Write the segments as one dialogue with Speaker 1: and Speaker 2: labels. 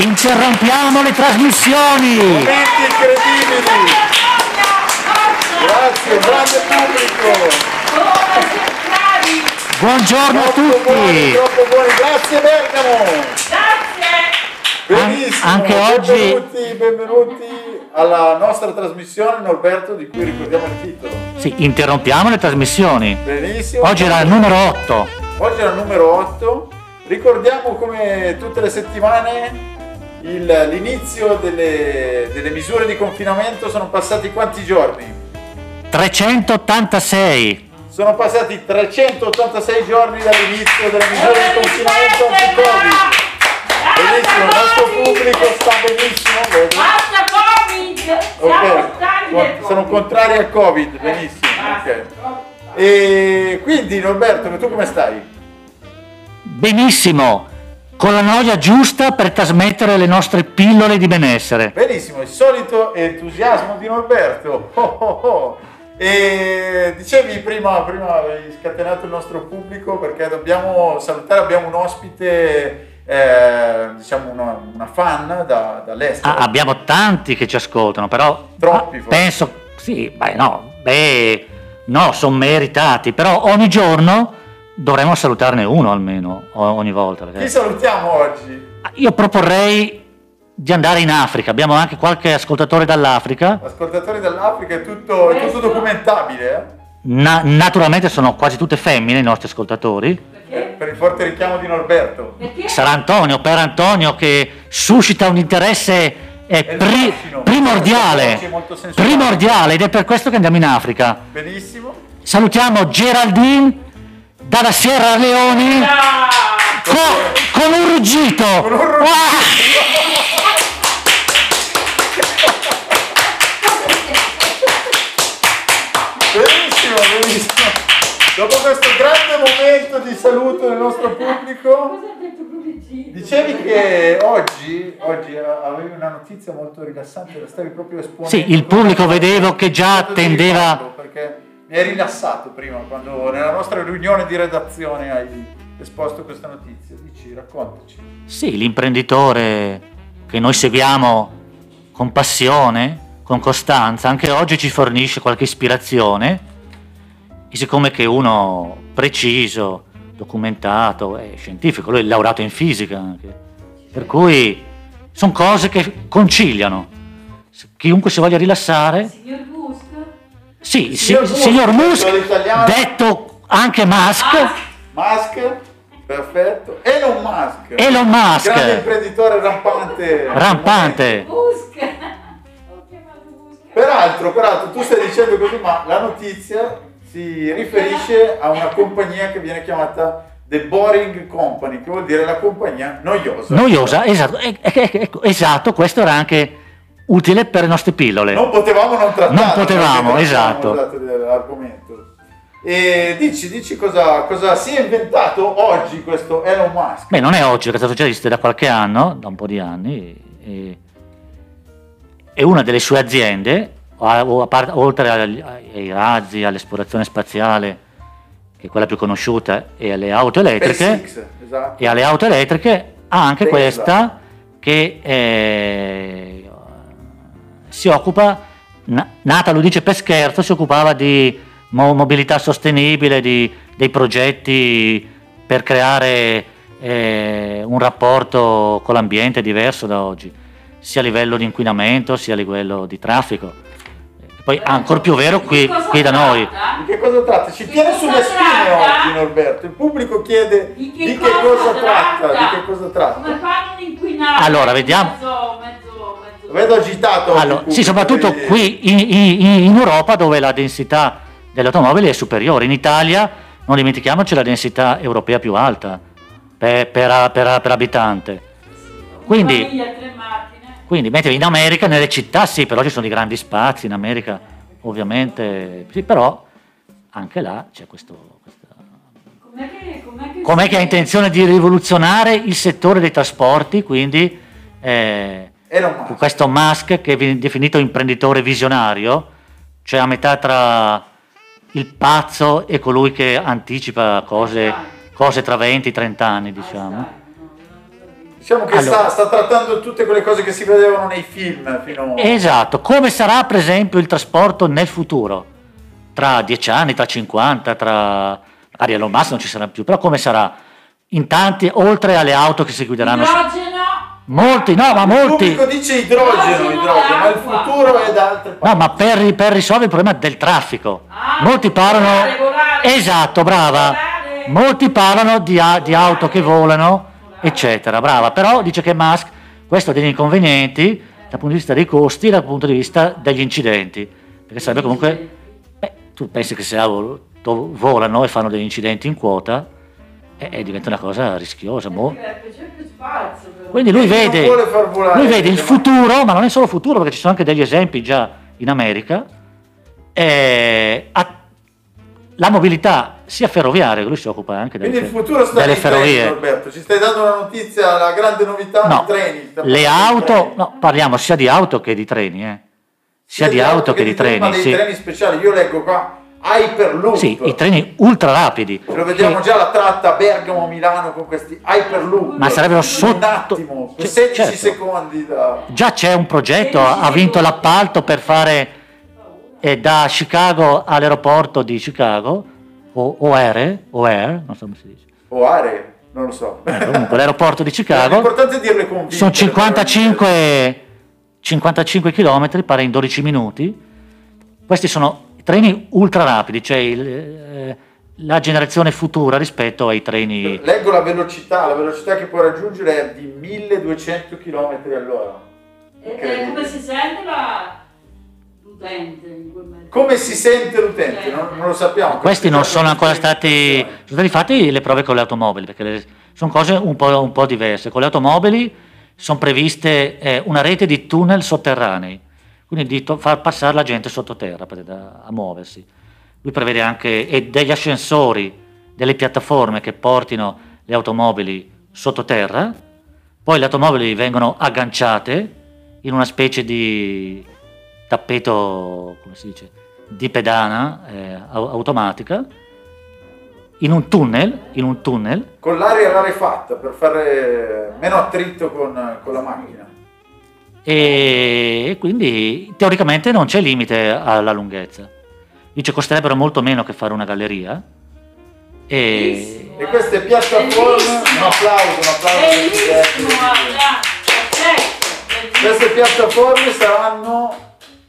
Speaker 1: interrompiamo le trasmissioni.
Speaker 2: Momenti incredibili! Grazie, grande pubblico!
Speaker 1: Buongiorno a
Speaker 2: Troppo buoni,
Speaker 1: tutti.
Speaker 2: troppo buoni, grazie Bergamo! Benissimo,
Speaker 1: An- anche
Speaker 2: benvenuti, benvenuti alla nostra trasmissione Norberto di cui ricordiamo il titolo.
Speaker 1: Sì, interrompiamo le trasmissioni.
Speaker 2: Benissimo.
Speaker 1: Oggi era il numero 8.
Speaker 2: Oggi è la numero 8. Ricordiamo come tutte le settimane il- l'inizio delle, delle misure di confinamento sono passati quanti giorni?
Speaker 1: 386.
Speaker 2: Sono passati 386 giorni dall'inizio delle misure di confinamento anti-Covid. Benissimo, il nostro pubblico sta benissimo. vedi?
Speaker 3: Basta Covid! Siamo stanchi del
Speaker 2: Ok, sono
Speaker 3: Covid.
Speaker 2: contrari al Covid, benissimo.
Speaker 3: Basta,
Speaker 2: ok.
Speaker 3: troppo.
Speaker 2: E quindi Norberto, tu come stai?
Speaker 1: Benissimo. Con la noia giusta per trasmettere le nostre pillole di benessere.
Speaker 2: Benissimo, il solito entusiasmo di Norberto. Oh, oh, oh. E dicevi prima, prima avevi scatenato il nostro pubblico perché dobbiamo salutare, abbiamo un ospite, eh, diciamo una, una fan da- dall'estero.
Speaker 1: Ah, abbiamo tanti che ci ascoltano, però
Speaker 2: Troppi,
Speaker 1: ma
Speaker 2: forse.
Speaker 1: penso sì, beh no, beh no, sono meritati, però ogni giorno dovremmo salutarne uno almeno o- ogni volta. perché-
Speaker 2: Chi salutiamo oggi?
Speaker 1: Io proporrei di andare in Africa, abbiamo anche qualche ascoltatore dall'Africa.
Speaker 2: Ascoltatori dall'Africa, è tutto, è tutto documentabile. eh?
Speaker 1: Na- naturalmente sono quasi tutte femmine i nostri ascoltatori.
Speaker 2: eh? Eh,
Speaker 3: Perché?
Speaker 2: Per il forte richiamo di Norberto.
Speaker 3: Perché?
Speaker 1: Sarà Antonio, per Antonio che suscita un interesse eh,
Speaker 2: È il
Speaker 1: pri-
Speaker 2: fascino. È
Speaker 1: primordiale,
Speaker 2: molto sensuale.
Speaker 1: primordiale ed è per questo che andiamo in Africa.
Speaker 2: Benissimo.
Speaker 1: Salutiamo Geraldine dalla Sierra Leone
Speaker 3: Ah,
Speaker 1: co- con un ruggito.
Speaker 2: un ruggito.
Speaker 1: Ah!
Speaker 2: Benissimo, benissimo. Dopo questo grande momento di saluto del nostro pubblico,
Speaker 3: Cosa ha detto Luigi?
Speaker 2: dicevi che oggi, oggi avevi una notizia molto rilassante, la stavi proprio esponendo.
Speaker 1: Sì, il pubblico vedevo che già attendeva.
Speaker 2: Perché mi hai rilassato prima, quando nella nostra riunione di redazione hai esposto questa notizia. Dici, raccontaci.
Speaker 1: Sì, l'imprenditore che noi seguiamo con passione, con costanza, anche oggi ci fornisce qualche ispirazione. E siccome che uno preciso, documentato, è scientifico, lui è laureato in fisica anche. Per cui sono cose che conciliano. Chiunque si voglia rilassare
Speaker 3: Signor Gusto?
Speaker 1: Sì, il
Speaker 2: Signor
Speaker 1: si-
Speaker 2: Musk,
Speaker 1: signor Musk,
Speaker 2: quello italiano.
Speaker 1: detto anche Musk,
Speaker 3: Ah,
Speaker 2: Musk, perfetto. Elon Musk.
Speaker 1: Elon
Speaker 2: Grande
Speaker 1: Musk,
Speaker 2: imprenditore rampante.
Speaker 1: rampante.
Speaker 3: Gusk! Ho chiamato Gusk.
Speaker 2: Peraltro, peraltro, tu stai dicendo così, ma la notizia si riferisce a una compagnia che viene chiamata The Boring Company, che vuol dire la compagnia noiosa.
Speaker 1: Noiosa, esatto, eh, eh, eh, esatto, questo era anche utile per le nostre pillole.
Speaker 2: Non potevamo non trattare.
Speaker 1: Non potevamo,
Speaker 2: perché
Speaker 1: esatto.
Speaker 2: trattiamo, esatto, dell'argomento. E dici, dici cosa, cosa si è inventato oggi questo Elon Musk.
Speaker 1: Beh, non è oggi, perché è stato già esiste da qualche anno, da un po' di anni, e, e una delle sue aziende, o a- o a par- oltre agli- ai razzi, all'esplorazione spaziale, che è quella più conosciuta, e alle auto elettriche,
Speaker 2: SpaceX, esatto.
Speaker 1: e alle auto elettriche ha anche
Speaker 2: Tesla.
Speaker 1: questa che eh, si occupa, na- nata lo dice per scherzo, si occupava di mo- mobilità sostenibile, di, dei progetti per creare eh, un rapporto con l'ambiente diverso da oggi, sia a livello di inquinamento sia a livello di traffico. Poi ancora più vero qui,
Speaker 3: Di cosa
Speaker 1: qui da noi.
Speaker 2: Di
Speaker 3: tratta?
Speaker 2: Ah, che cosa tratta? Ci
Speaker 3: Di
Speaker 2: tiene
Speaker 3: cosa
Speaker 2: sulle spine
Speaker 3: tratta?
Speaker 2: oggi Norberto. Il pubblico chiede
Speaker 3: Di che, cosa, tratta?
Speaker 2: Di che cosa tratta?
Speaker 3: Come fanno ad inquinare?
Speaker 1: Allora, vediamo.
Speaker 3: Mezzo, mezzo, mezzo.
Speaker 2: Lo vedo agitato.
Speaker 1: Allora, sì, soprattutto
Speaker 2: Quindi-
Speaker 1: qui in, in- in Europa dove la densità delle automobili è superiore. In Italia, non dimentichiamoci, la densità europea più alta per, per- per- per abitante.
Speaker 3: Una
Speaker 1: quindi-
Speaker 3: famiglia, tre macchine.
Speaker 1: Quindi, mentre in America, nelle città sì, però ci sono dei grandi spazi, in America ovviamente sì, però anche là c'è questo... questa-
Speaker 3: Com'è che, com'è che,
Speaker 1: Com'è
Speaker 3: si-
Speaker 1: che ha intenzione di rivoluzionare il settore dei trasporti, quindi... eh,
Speaker 2: Elon
Speaker 1: con
Speaker 2: Musk.
Speaker 1: questo Musk che viene definito imprenditore visionario, cioè a metà tra il pazzo e colui che anticipa cose, cose tra 20 30 anni,
Speaker 3: Ah,
Speaker 1: diciamo.
Speaker 3: esatto, no, non lo so.
Speaker 2: Diciamo che
Speaker 1: Allora.
Speaker 2: sta, sta trattando tutte quelle cose che si vedevano nei film fino
Speaker 1: Esatto, come sarà per esempio il trasporto nel futuro? Tra 10 anni, tra 50, tra... magari Elon Musk non ci sarà più, però come sarà? In tanti, oltre alle auto che si guideranno... su-
Speaker 3: Idrogeno.
Speaker 1: Molti, no, ma
Speaker 2: Il
Speaker 1: molti...
Speaker 2: pubblico dice idrogeno,
Speaker 3: Idrogeno
Speaker 2: idrogeno, ma il
Speaker 3: d'acqua.
Speaker 2: futuro è da altre parti.
Speaker 1: No, ma per, per risolvere il problema del traffico.
Speaker 3: Ah,
Speaker 1: Molti parlano...
Speaker 3: volare, volare.
Speaker 1: esatto, brava.
Speaker 3: Volare.
Speaker 1: Molti parlano di, a- di auto che volano, eccetera, brava. Però dice che Musk, questo ha degli inconvenienti dal punto di vista dei costi e dal punto di vista degli incidenti. Perché sarebbe comunque... Beh, tu pensi che se auto volano e fanno degli incidenti in quota, eh, eh, diventa una cosa rischiosa. boh.
Speaker 3: Perché C'è più spazio. però.
Speaker 1: Quindi lui
Speaker 2: Non
Speaker 1: vede,
Speaker 2: vuole far volare,
Speaker 1: lui vede il
Speaker 2: ma-
Speaker 1: futuro, ma non è solo futuro, perché ci sono anche degli esempi già in America. eh, a- la mobilità sia ferroviaria, che lui si occupa anche delle,
Speaker 2: Quindi il
Speaker 1: fer-
Speaker 2: futuro sta
Speaker 1: delle
Speaker 2: nei treni,
Speaker 1: ferrovie.
Speaker 2: Norberto. Ci stai dando una notizia, la grande novità
Speaker 1: No,
Speaker 2: dei treni. Sta
Speaker 1: le
Speaker 2: parlando dei
Speaker 1: auto,
Speaker 2: treni.
Speaker 1: no, parliamo sia di auto che di treni, eh. sia di auto che di
Speaker 2: Ma
Speaker 1: treni,
Speaker 2: dei
Speaker 1: sì.
Speaker 2: treni speciali, io leggo qua Hyperloop.
Speaker 1: Sì, i treni ultra rapidi.
Speaker 2: Lo vediamo
Speaker 1: che-
Speaker 2: già la tratta Bergamo-Milano con questi Hyperloop.
Speaker 1: Ma sarebbero
Speaker 2: Un
Speaker 1: sotto-
Speaker 2: attimo,
Speaker 1: Cioè,
Speaker 2: 16
Speaker 1: certo.
Speaker 2: secondi da...
Speaker 1: Già c'è un progetto, ha ha vinto l'appalto per fare eh, da Chicago all'aeroporto di Chicago, o O'Hare, O'Hare, non so come si dice,
Speaker 2: o aree, non lo so.
Speaker 1: Eh, comunque l'aeroporto di Chicago,
Speaker 2: L'importante è dirle convinte.
Speaker 1: sono 55, 55 km, pare in 12 minuti, questi sono treni ultra rapidi, cioè il, eh, la generazione futura rispetto ai treni...
Speaker 2: Leggo la velocità, la velocità che può raggiungere è di 1200 km all'ora.
Speaker 3: E- e Eh, come si sente la... l'utente in quel mezzo? Cioè,
Speaker 2: Come si sente l'utente?
Speaker 3: Eh.
Speaker 2: Non, non lo sappiamo.
Speaker 1: Questi non sono ancora stati, sono
Speaker 2: Sì,
Speaker 1: stati fatti le prove con le automobili, perché le- sono cose un po', un po' diverse. Con le automobili sono previste eh, una rete di tunnel sotterranei, quindi di to- far passare la gente sottoterra per- da- a muoversi. Lui prevede anche e degli ascensori, delle piattaforme che portino le automobili sottoterra, poi le automobili vengono agganciate in una specie di tappeto, come si dice, di pedana eh, au- automatica, in un tunnel, in un tunnel,
Speaker 2: Con l'aria rarefatta per fare meno attrito con, con la macchina.
Speaker 1: e quindi teoricamente non c'è limite alla lunghezza. Dice costerebbero molto meno che fare una galleria. Eh, E...
Speaker 3: Bellissimo. eh.
Speaker 2: E queste piattaforme, un
Speaker 3: Bellissimo.
Speaker 2: applauso, un applauso. per tutti.
Speaker 3: Bellissimo, guarda. Perfetto.
Speaker 2: Queste
Speaker 3: bellissimo.
Speaker 2: piattaforme saranno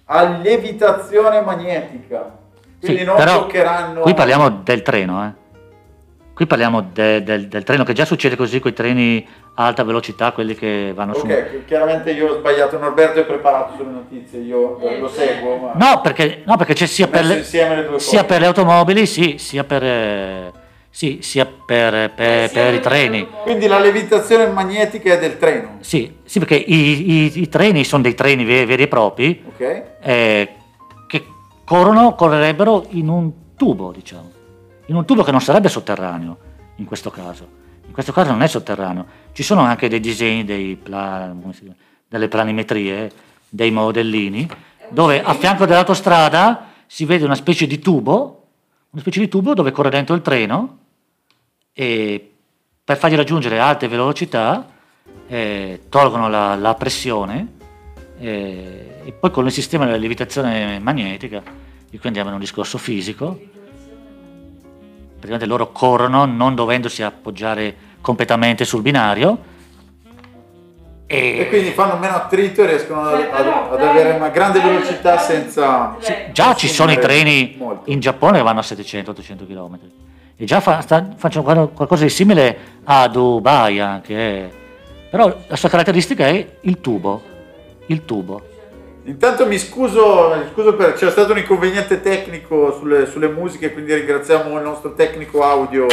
Speaker 2: a lievitazione magnetica, quindi
Speaker 1: Sì,
Speaker 2: non
Speaker 1: però
Speaker 2: toccheranno...
Speaker 1: Qui parliamo del treno, eh. Qui parliamo de- del, del treno, che già succede così con i treni a alta velocità, quelli che vanno su.
Speaker 2: Ok, chi- chiaramente io ho sbagliato, Norberto è preparato sulle notizie, io eh, lo seguo, ma...
Speaker 1: No, perché, no, perché c'è sia
Speaker 2: ho messo
Speaker 1: per, le,
Speaker 2: insieme le due
Speaker 1: sia
Speaker 2: cose.
Speaker 1: per le automobili, sì, sia per, eh, sì, sia per, per-
Speaker 3: Sia
Speaker 1: per i
Speaker 3: per
Speaker 1: treni.
Speaker 3: l'automobile.
Speaker 2: Quindi la levitazione magnetica è del treno,
Speaker 1: Sì, sì, perché i, i- i treni sono dei treni ve- veri e propri
Speaker 2: ok?
Speaker 1: eh, che corrono, correrebbero in un tubo, diciamo, in un tubo che non sarebbe sotterraneo in questo caso. In questo caso non è sotterraneo. Ci sono anche dei disegni, dei pla- come si chiama? delle planimetrie, dei modellini, dove a fianco dell'autostrada si vede una specie di tubo, una specie di tubo dove corre dentro il treno e per fargli raggiungere alte velocità eh, tolgono la, la pressione eh, e poi con il sistema della levitazione magnetica, e qui andiamo in un discorso fisico, praticamente loro corrono non dovendosi appoggiare completamente sul binario e,
Speaker 2: E quindi fanno meno attrito e riescono ad,
Speaker 3: Beh, però,
Speaker 2: ad- ad
Speaker 3: dai,
Speaker 2: avere una grande
Speaker 3: dai,
Speaker 2: velocità
Speaker 3: dai,
Speaker 2: senza...
Speaker 3: dai.
Speaker 1: già ci sono i treni
Speaker 2: Molto.
Speaker 1: in Giappone che vanno a 700-800 km e già fa- sta- facciano qual- qualcosa di simile a Dubai anche eh. però la sua caratteristica è il tubo il tubo
Speaker 2: Intanto mi scuso, mi scuso per c'è stato un inconveniente tecnico sulle, sulle musiche, quindi ringraziamo il nostro tecnico audio.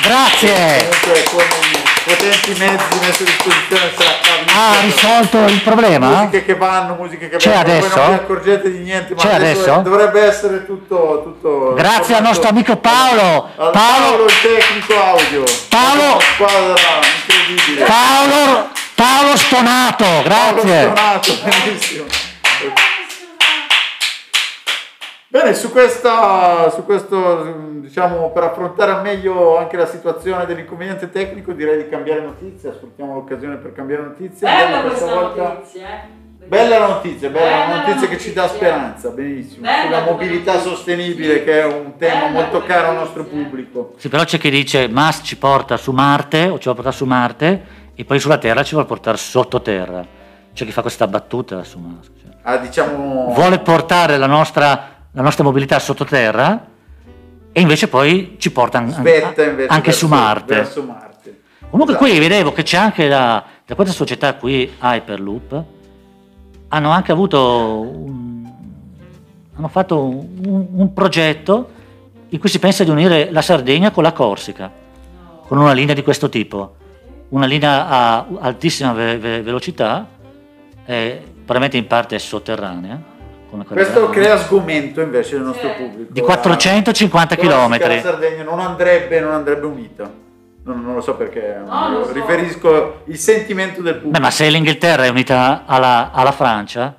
Speaker 1: grazie
Speaker 2: Comunque con i potenti mezzi messi a disposizione se la cava
Speaker 1: ha risolto il problema
Speaker 2: Musiche che vanno, musiche che
Speaker 1: C'è
Speaker 2: vengono, voi
Speaker 1: adesso?
Speaker 2: non vi accorgete di niente, ma
Speaker 1: C'è adesso?
Speaker 2: dovrebbe essere tutto, tutto
Speaker 1: Grazie al nostro amico Paolo.
Speaker 2: Al Paolo,
Speaker 1: Paolo-
Speaker 2: il tecnico audio.
Speaker 1: Paolo-
Speaker 2: Una squadra incredibile.
Speaker 1: Paolo, Paolo Stonato
Speaker 2: Paolo
Speaker 1: grazie
Speaker 2: Stonato, benissimo.
Speaker 3: Bellissimo.
Speaker 2: Bene, su, questa, su questo, diciamo, per affrontare al meglio anche la situazione dell'inconveniente tecnico, direi di cambiare notizia, sfruttiamo l'occasione per cambiare notizia.
Speaker 3: Bella
Speaker 2: Abbiamo
Speaker 3: questa
Speaker 2: volta-
Speaker 3: notizia, eh.
Speaker 2: Bella la notizia, bella, la
Speaker 3: Bella la
Speaker 2: notizia, che ci dà
Speaker 3: notizia.
Speaker 2: speranza, benissimo.
Speaker 3: Bella
Speaker 2: Sulla
Speaker 3: come
Speaker 2: mobilità
Speaker 3: notizia.
Speaker 2: sostenibile, che è un tema
Speaker 3: Bella
Speaker 2: molto
Speaker 3: come
Speaker 2: caro al
Speaker 3: notizia.
Speaker 2: nostro pubblico.
Speaker 1: Sì, però c'è chi dice Musk ci porta su Marte o ci vuole portare su Marte e poi sulla Terra ci vuole portare sottoterra. C'è chi fa questa battuta su Musk. cioè.
Speaker 2: Ah, diciamo...
Speaker 1: Vuole portare la nostra, la nostra mobilità sottoterra e invece poi ci porta an- an-
Speaker 2: Svetta invece
Speaker 1: anche
Speaker 2: verso-
Speaker 1: su Marte.
Speaker 2: verso Marte.
Speaker 1: Comunque
Speaker 2: Esatto.
Speaker 1: qui vedevo che c'è anche la, da questa società qui, Hyperloop, hanno anche avuto un, hanno fatto un, un progetto in cui si pensa di unire la Sardegna con la Corsica,
Speaker 3: No.
Speaker 1: con una linea di questo tipo, una linea a altissima ve- ve- velocità, eh, probabilmente in parte sotterranea. come quella
Speaker 2: Questo
Speaker 1: della-
Speaker 2: crea sgomento invece del nostro
Speaker 3: Sì.
Speaker 2: pubblico.
Speaker 1: di 450
Speaker 2: La Corsica e La
Speaker 1: km.
Speaker 2: Sardegna non andrebbe, non andrebbe unita. Non, non lo so perché.
Speaker 3: No, lo so.
Speaker 2: Riferisco il sentimento del pubblico.
Speaker 1: Beh, ma se l'Inghilterra è unita alla, alla Francia,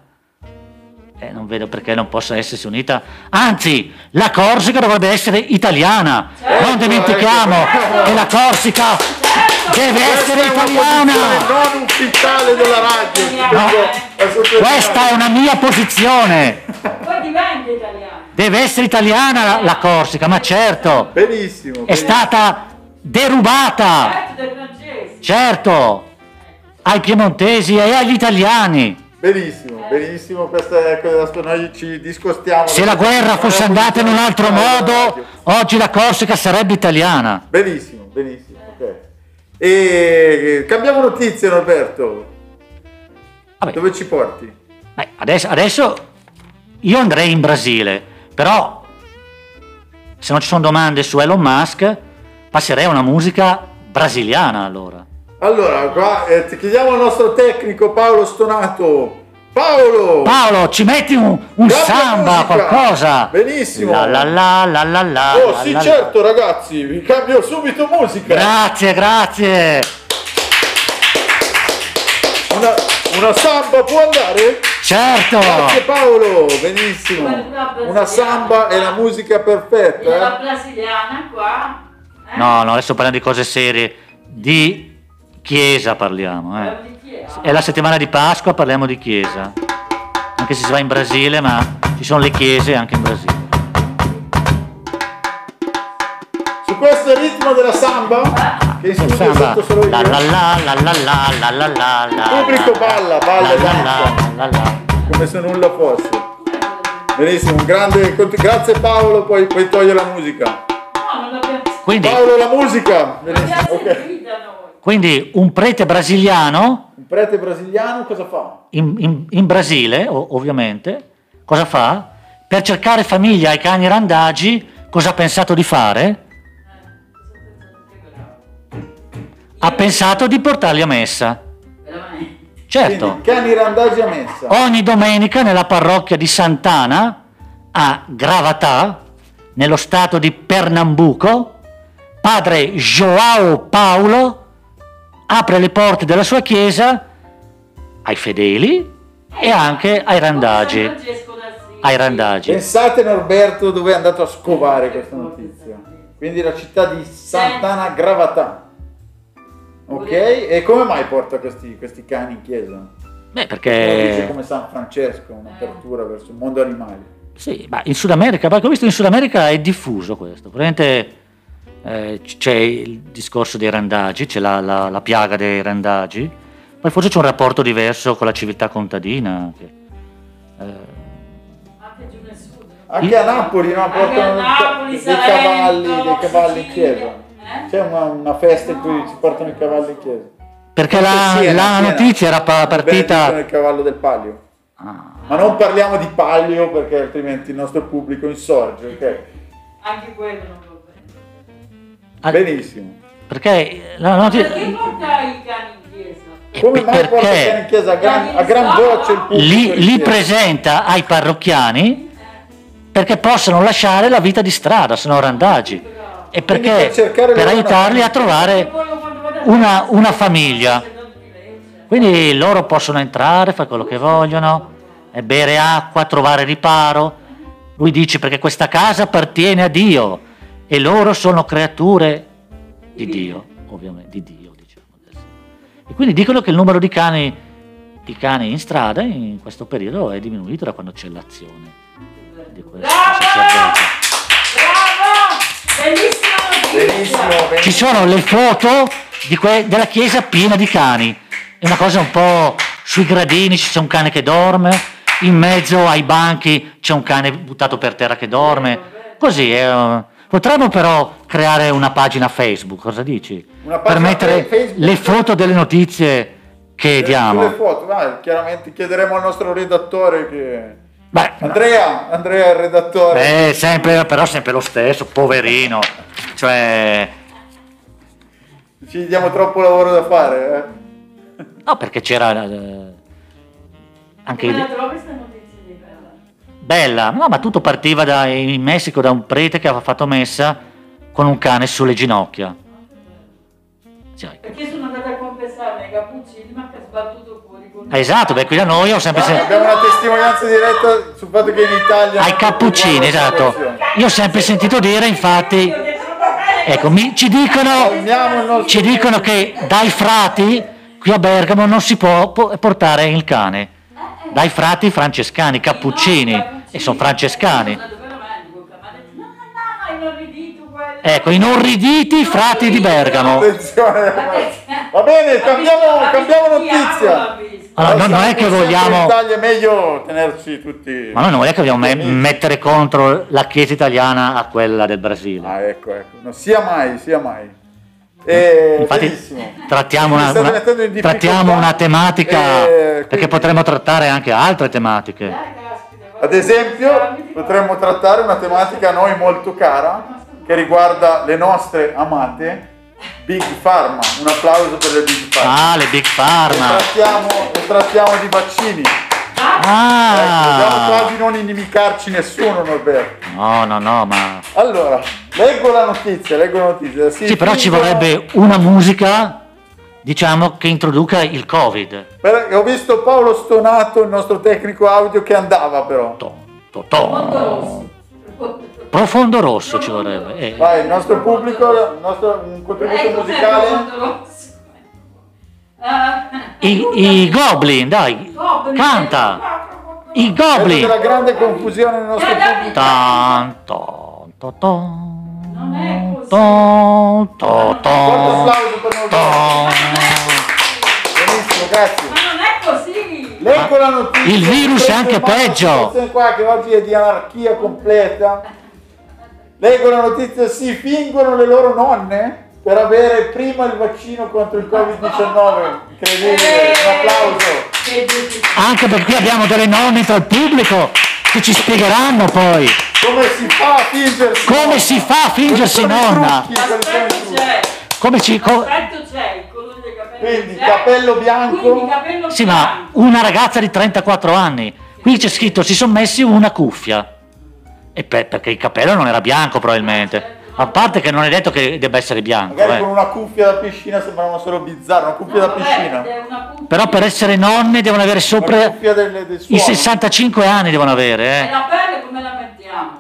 Speaker 1: eh, non vedo perché non possa essersi unita. Anzi, la Corsica dovrebbe essere italiana.
Speaker 3: Certo,
Speaker 1: non dimentichiamo
Speaker 3: ecco.
Speaker 1: che la Corsica
Speaker 3: Certo.
Speaker 1: deve
Speaker 2: Questa
Speaker 1: essere
Speaker 2: è una
Speaker 1: italiana.
Speaker 2: posizione non ufficiale della radio.
Speaker 3: Italiana,
Speaker 2: Questo è sottolineato.
Speaker 1: Questa è una mia posizione.
Speaker 3: Poi diventa italiano.
Speaker 1: Deve essere italiana la, la Corsica, ma certo,
Speaker 2: Benissimo.
Speaker 1: è
Speaker 2: benissimo.
Speaker 1: stata derubata.
Speaker 3: Certo, dai francesi.
Speaker 1: Certo, ai piemontesi e agli italiani.
Speaker 2: Benissimo, benissimo, questa è questa, noi ci discostiamo.
Speaker 1: Se la guerra fosse andata in un altro modo, oggi la Corsica sarebbe italiana.
Speaker 2: Benissimo, benissimo. ok. E eh, cambiamo notizia Norberto.
Speaker 1: Vabbè,
Speaker 2: Dove ci porti?
Speaker 1: beh, Eh, adesso, adesso io andrei in Brasile, però se non ci sono domande su Elon Musk, passerei a una musica brasiliana allora.
Speaker 2: Allora, qua eh, ti chiediamo al nostro tecnico Paolo Stonato. Paolo!
Speaker 1: Paolo, ci metti un, un
Speaker 2: Cambia
Speaker 1: samba,
Speaker 2: musica.
Speaker 1: qualcosa?
Speaker 2: Benissimo.
Speaker 1: La la la la la la.
Speaker 2: oh
Speaker 1: Ah, la,
Speaker 2: sì,
Speaker 1: la, la.
Speaker 2: certo ragazzi, vi cambio subito musica.
Speaker 1: Grazie, grazie.
Speaker 2: Una, una samba può andare?
Speaker 1: Certo.
Speaker 2: Grazie Paolo, benissimo. Una samba è la musica
Speaker 3: E la
Speaker 2: perfetta. eh?
Speaker 3: brasiliana qua. eh?
Speaker 1: No, no, adesso parliamo di cose serie. Di chiesa parliamo, eh.
Speaker 3: Parliamo di chi è?
Speaker 1: È la settimana di Pasqua, parliamo di chiesa. Anche se si va in Brasile, ma ci sono le chiese anche in Brasile.
Speaker 2: Su questo ritmo della samba, che in
Speaker 1: Il
Speaker 2: studio
Speaker 1: samba.
Speaker 2: sento solo
Speaker 1: La
Speaker 2: io,
Speaker 1: la la la la la la la la la.
Speaker 2: Il pubblico balla, balla e
Speaker 1: La la
Speaker 2: danza.
Speaker 1: la la la.
Speaker 2: come se nulla fosse. Benissimo, un grande... conti- Grazie Paolo, poi, poi toglie la musica.
Speaker 3: No, non l'abbiamo
Speaker 1: Quindi,
Speaker 2: Paolo la musica!
Speaker 3: non l'abbiamo
Speaker 2: Benissimo, ok.
Speaker 3: sentita noi.
Speaker 1: quindi un prete brasiliano
Speaker 2: Un prete brasiliano cosa fa?
Speaker 1: in, in- in Brasile, o- ovviamente, cosa fa? Per cercare famiglia ai cani randagi, cosa ha pensato di fare? Ha pensato di portarli a messa.
Speaker 3: Veramente.
Speaker 1: Certo. Oh,
Speaker 2: Quindi, cani randagi a messa.
Speaker 1: Ogni domenica nella parrocchia di Sant'Ana a Gravatà, nello stato di Pernambuco, padre Joao Paolo apre le porte della sua chiesa ai fedeli e anche ai
Speaker 3: Come San
Speaker 1: randagi.
Speaker 3: Francesco d'Assisi.
Speaker 1: Ai randagi.
Speaker 2: Pensate Norberto dove è andato a scovare questa notizia. Quindi la città di Sant'Ana Gravatà. Ok? E come mai porta questi, questi cani in chiesa? Come
Speaker 1: Beh,
Speaker 2: dice
Speaker 1: perché...
Speaker 2: come San Francesco, un'apertura verso il mondo animale.
Speaker 1: Sì, ma in Sud America, perché ho visto in Sud America è diffuso questo. Probabilmente eh, c- c'è il discorso dei randagi, c'è la, la- la piaga dei randagi, poi forse c'è un rapporto diverso con la civiltà contadina. che, eh,
Speaker 3: Anche giù nel sud.
Speaker 1: Ah.
Speaker 2: Anche a Napoli no,
Speaker 3: Anche
Speaker 2: portano
Speaker 3: a Napoli,
Speaker 2: dei
Speaker 3: Salento,
Speaker 2: cavalli, dei cavalli in
Speaker 3: Sicilia,
Speaker 2: chiesa.
Speaker 3: eh?
Speaker 2: C'è una, una festa in cui si portano i cavalli in chiesa.
Speaker 1: perché la,
Speaker 2: Eh, Sì,
Speaker 1: la
Speaker 2: sì,
Speaker 1: notizia era pa-
Speaker 2: benedicono
Speaker 1: partita...
Speaker 2: il cavallo del palio.
Speaker 1: Ah,
Speaker 2: Ma non parliamo di palio perché altrimenti il nostro pubblico insorge, ok?
Speaker 3: Anche quello non lo prendo.
Speaker 1: ah,
Speaker 2: Benissimo.
Speaker 1: perché la
Speaker 3: Perché
Speaker 1: notizia...
Speaker 3: porta i cani in chiesa?
Speaker 1: eh,
Speaker 2: Come mai
Speaker 1: perché
Speaker 2: porta in chiesa a gran, a gran voce il pubblico?
Speaker 1: li,
Speaker 2: in
Speaker 1: li
Speaker 2: chiesa?
Speaker 1: presenta ai parrocchiani perché possano lasciare la vita di strada, sono
Speaker 3: Eh,
Speaker 1: randagi. E
Speaker 2: Quindi
Speaker 1: perché
Speaker 2: per cercare
Speaker 1: per
Speaker 2: loro una
Speaker 1: aiutarli a trovare una- una famiglia.
Speaker 3: cioè.
Speaker 1: Quindi loro possono entrare, fare quello che vogliono, eh, bere acqua, trovare riparo, Lui dice perché questa casa appartiene a Dio e loro sono creature di Dio, ovviamente, di Dio diciamo adesso. E quindi dicono che il numero di cani, di cani in strada in questo periodo è diminuito da quando c'è l'azione di questo
Speaker 3: Bravo!
Speaker 1: sacerdote.
Speaker 3: Bravo! Bellissima
Speaker 2: Benissimo,
Speaker 3: notizia!
Speaker 1: Ci sono le foto di que- della chiesa piena di cani. È una cosa un po' sui gradini c'è un cane che dorme, in mezzo ai banchi c'è un cane buttato per terra che dorme. Così è, eh, Potremmo però creare una pagina Facebook, cosa dici?
Speaker 2: Una
Speaker 1: per
Speaker 2: pagina
Speaker 1: mettere
Speaker 2: Facebook.
Speaker 1: le foto delle notizie che
Speaker 2: Sulle
Speaker 1: diamo.
Speaker 2: foto, ma chiaramente chiederemo al nostro redattore che...
Speaker 1: Beh,
Speaker 2: Andrea, Andrea il redattore.
Speaker 1: eh, sempre- però sempre lo stesso, poverino. Cioè,
Speaker 2: Ci diamo troppo lavoro da fare, eh.
Speaker 1: no, perché c'era eh, anche
Speaker 3: Come la
Speaker 1: il,
Speaker 3: trovi questa notizia di Bella?
Speaker 1: Bella, no, ma tutto partiva da- in Messico da un prete che aveva fatto messa con un cane sulle ginocchia. Cioè,
Speaker 3: Perché sono andata a compensare nei cappuccini ma che ha sbattuto fuori con
Speaker 1: eh, esatto, beh, qui da noi ho sempre...
Speaker 2: Guarda,
Speaker 1: se-
Speaker 2: Abbiamo una testimonianza diretta sul fatto che in Italia...
Speaker 1: ai cappuccini, esatto. Io ho sempre sentito dire, infatti... Ecco, mi- ci dicono...
Speaker 2: Torniamo al nostro-
Speaker 1: Ci dicono che dai frati qui a Bergamo non si può po- portare il cane. Dai frati francescani, cappuccini, e sono francescani. Ecco, inorriditi frati di Bergamo.
Speaker 2: Attenzione. Va bene, cambiamo, cambiamo notizia.
Speaker 1: Allora, no, non è
Speaker 2: Sapete
Speaker 1: che
Speaker 2: sempre
Speaker 1: vogliamo...
Speaker 2: In Italia è meglio tenerci tutti...
Speaker 1: Ma noi non è che vogliamo me-
Speaker 2: amici.
Speaker 1: mettere contro la Chiesa italiana a quella del Brasile.
Speaker 2: Ah, ecco, ecco. No, sia mai, sia mai. E
Speaker 1: Eh, Infatti
Speaker 2: Eh, benissimo.
Speaker 1: trattiamo
Speaker 2: Mi
Speaker 1: una,
Speaker 2: state
Speaker 1: una-
Speaker 2: mettendo in difficoltà.
Speaker 1: trattiamo una tematica,
Speaker 2: Eh,
Speaker 1: perché
Speaker 2: quindi, Eh.
Speaker 1: potremmo trattare anche altre tematiche.
Speaker 2: Ad esempio, potremmo trattare una tematica a noi molto cara, che riguarda le nostre amate Big Pharma. Un applauso per le Big Pharma.
Speaker 1: Ah, le Big
Speaker 2: E
Speaker 1: Pharma.
Speaker 2: trattiamo, e trattiamo di vaccini. Ecco, vediamo qua
Speaker 1: Ah,
Speaker 2: di non inimicarci nessuno, Norberto.
Speaker 1: no, no, no, ma...
Speaker 2: Allora, leggo la notizia, leggo la notizia. Si
Speaker 1: Sì, però ci
Speaker 2: infliggono-
Speaker 1: vorrebbe una musica, diciamo, che introduca il Covid.
Speaker 2: Beh, Ho visto Paolo Stonato, il nostro tecnico audio, che andava però.
Speaker 1: To- to- to- Profondo rosso ci vorrebbe. eh.
Speaker 2: Vai, il nostro pubblico, il nostro, un
Speaker 3: Ecco,
Speaker 2: contributo musicale. Eh.
Speaker 1: I, i Goblin, dai,
Speaker 3: eh,
Speaker 1: canta. I
Speaker 2: Vedo della
Speaker 1: Goblin.
Speaker 2: grande confusione nel nostro pubblico.
Speaker 1: Tan, ton, to, ton,
Speaker 3: Non è così.
Speaker 1: ton, to,
Speaker 2: Forte
Speaker 1: ton,
Speaker 2: applauso per noi.
Speaker 1: ton.
Speaker 2: Benissimo, grazie.
Speaker 3: Ma non è così!
Speaker 2: Leggo la notizia.
Speaker 1: Il virus è anche
Speaker 2: Questa
Speaker 1: peggio.
Speaker 2: situazione Qua che oggi è di anarchia completa. Leggo la notizia, si fingono le loro nonne per avere prima il vaccino contro il Covid-19. Incredibile,
Speaker 3: Eh.
Speaker 2: un applauso.
Speaker 3: Che dici?
Speaker 1: Anche perché qui abbiamo delle nonne tra il pubblico che ci spiegheranno poi
Speaker 2: Come si fa a fingersi
Speaker 1: come si fa a fingersi nonna,
Speaker 3: L'aspetto c'è,
Speaker 1: come ci... co-
Speaker 3: l'aspetto c'è, il colore dei capelli
Speaker 2: Quindi,
Speaker 3: c'è,
Speaker 2: capello bianco.
Speaker 3: Quindi capello
Speaker 1: Sì, ma
Speaker 3: bianco.
Speaker 1: una ragazza di 34 anni, qui c'è scritto si sono messi una cuffia. E per- perché il capello non era bianco probabilmente. A parte che non è detto che debba essere bianco.
Speaker 2: Magari con
Speaker 1: eh.
Speaker 2: una cuffia da piscina sembravano solo bizzarro, una cuffia da
Speaker 3: No, eh, vabbè,
Speaker 2: piscina.
Speaker 3: è una cuffia.
Speaker 1: Però per essere nonne devono avere
Speaker 2: La
Speaker 1: sopra
Speaker 2: cuffia del, del
Speaker 1: i
Speaker 2: suono.
Speaker 1: 65 anni devono
Speaker 3: E
Speaker 1: avere.
Speaker 3: la pelle come la mettiamo?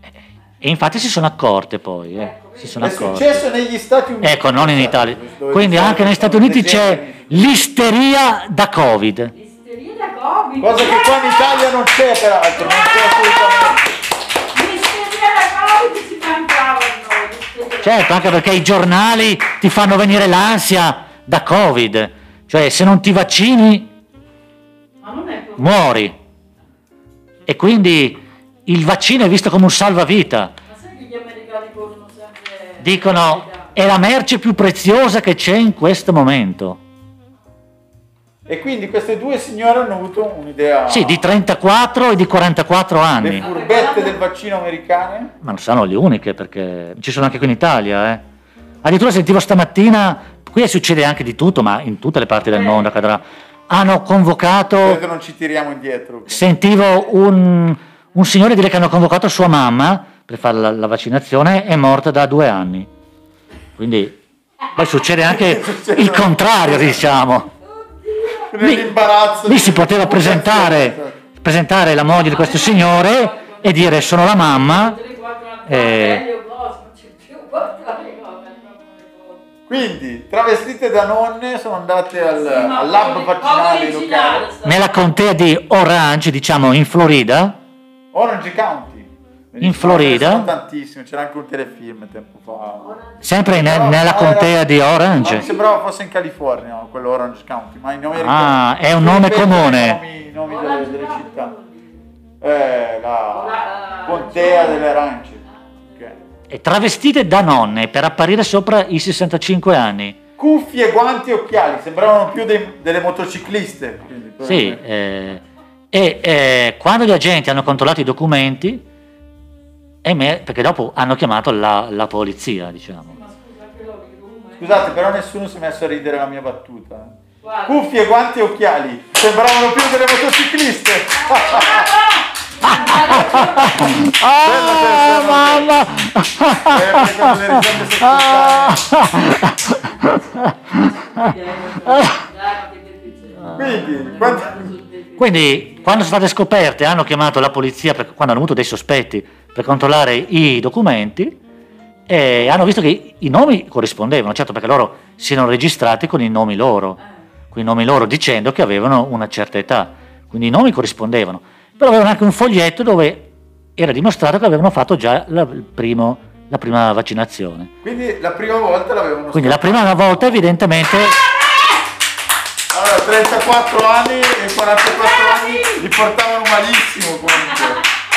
Speaker 1: eh. E infatti si sono accorte poi. eh. Si sono
Speaker 2: Ecco, È
Speaker 1: accorte.
Speaker 2: successo negli Stati Uniti.
Speaker 1: Ecco, non in Italia.
Speaker 2: Dove
Speaker 1: Quindi
Speaker 2: ci
Speaker 1: anche negli Stati
Speaker 2: sono
Speaker 1: Uniti
Speaker 2: decenni.
Speaker 1: c'è l'isteria da Covid.
Speaker 3: Isteria da Covid.
Speaker 2: Cosa che qua in Italia non c'è peraltro, non c'è assolutamente.
Speaker 3: L'isteria da Covid ci mancava a noi. l'isteria.
Speaker 1: Certo, anche perché i giornali ti fanno venire l'ansia da Covid. Cioè, se non ti vaccini,
Speaker 3: Ma non è così.
Speaker 1: muori. E quindi il vaccino è visto come un salvavita.
Speaker 3: Ma sai che gli americani vogliono sempre...
Speaker 1: Dicono, è la merce più preziosa che c'è in questo momento.
Speaker 2: E quindi queste due signore hanno avuto un'idea.
Speaker 1: Sì, di 34 e di 44
Speaker 2: Le
Speaker 1: anni.
Speaker 2: furbette del vaccino americane.
Speaker 1: Ma non sono le uniche, perché ci sono anche qui in Italia, eh. Addirittura sentivo stamattina, qui succede anche di tutto, ma in tutte le parti del mondo accadrà. Hanno convocato...
Speaker 2: Credo non ci tiriamo indietro.
Speaker 1: sentivo un, un signore dire che hanno convocato sua mamma per fare la, la vaccinazione, è morta da due anni. Quindi poi succede anche il contrario, diciamo. Lì,
Speaker 2: Nell'imbarazzo.
Speaker 1: lì si poteva presentare, presentare la moglie di questo signore e dire sono la mamma.
Speaker 3: Tutte le quattro hanno
Speaker 1: eh,
Speaker 3: meglio cosa, non c'è più guardare cosa, non
Speaker 2: Quindi, travestite da nonne, sono andate al, al lab vaccinale
Speaker 3: vaccinale
Speaker 2: locale.
Speaker 1: Nella contea di Orange, diciamo in Florida,
Speaker 2: Orange County.
Speaker 1: In Florida.
Speaker 2: Sono tantissimo, c'era anche un telefilm tempo fa.
Speaker 1: sempre in-
Speaker 2: No,
Speaker 1: nella
Speaker 2: no,
Speaker 1: contea
Speaker 2: era-
Speaker 1: di
Speaker 2: Ma mi
Speaker 1: Orange.
Speaker 2: sembrava fosse in California, quello Orange County, ma in America...
Speaker 1: Ah, è un nome
Speaker 2: Tutti
Speaker 1: comune.
Speaker 2: i nomi- I nomi, delle, delle città. Eh, la
Speaker 3: La-
Speaker 2: contea delle arance. Ok.
Speaker 1: E travestite da nonne per apparire sopra i 65 anni.
Speaker 2: Cuffie, guanti e occhiali, sembravano più dei- delle motocicliste. quindi,
Speaker 1: Sì,
Speaker 2: probabilmente.
Speaker 1: eh, e eh, quando gli agenti hanno controllato i documenti, emer- perché dopo hanno chiamato la, la polizia, diciamo.
Speaker 3: Ma scusa, quello che rume.
Speaker 2: Scusate, però nessuno si è messo a ridere la mia battuta.
Speaker 3: Guarda.
Speaker 2: Cuffie, guanti e occhiali, sembravano più delle motocicliste.
Speaker 1: Ah,
Speaker 2: Bella
Speaker 1: mamma!
Speaker 2: Eh, perché con le risate sessuali. Quindi,
Speaker 1: Quindi, quando sono state scoperte, hanno chiamato la polizia perché quando hanno avuto dei sospetti per controllare i documenti e hanno visto che i nomi corrispondevano, certo perché loro si erano registrati con i nomi loro. quei nomi loro dicendo che avevano una certa età, quindi i nomi corrispondevano, però avevano anche un foglietto dove era dimostrato che avevano fatto già la, il primo- la prima vaccinazione.
Speaker 2: Quindi la prima volta l'avevano
Speaker 1: Quindi la prima volta evidentemente
Speaker 2: Allora, 34 anni e 44
Speaker 3: Eh,
Speaker 2: anni li portavano malissimo comunque.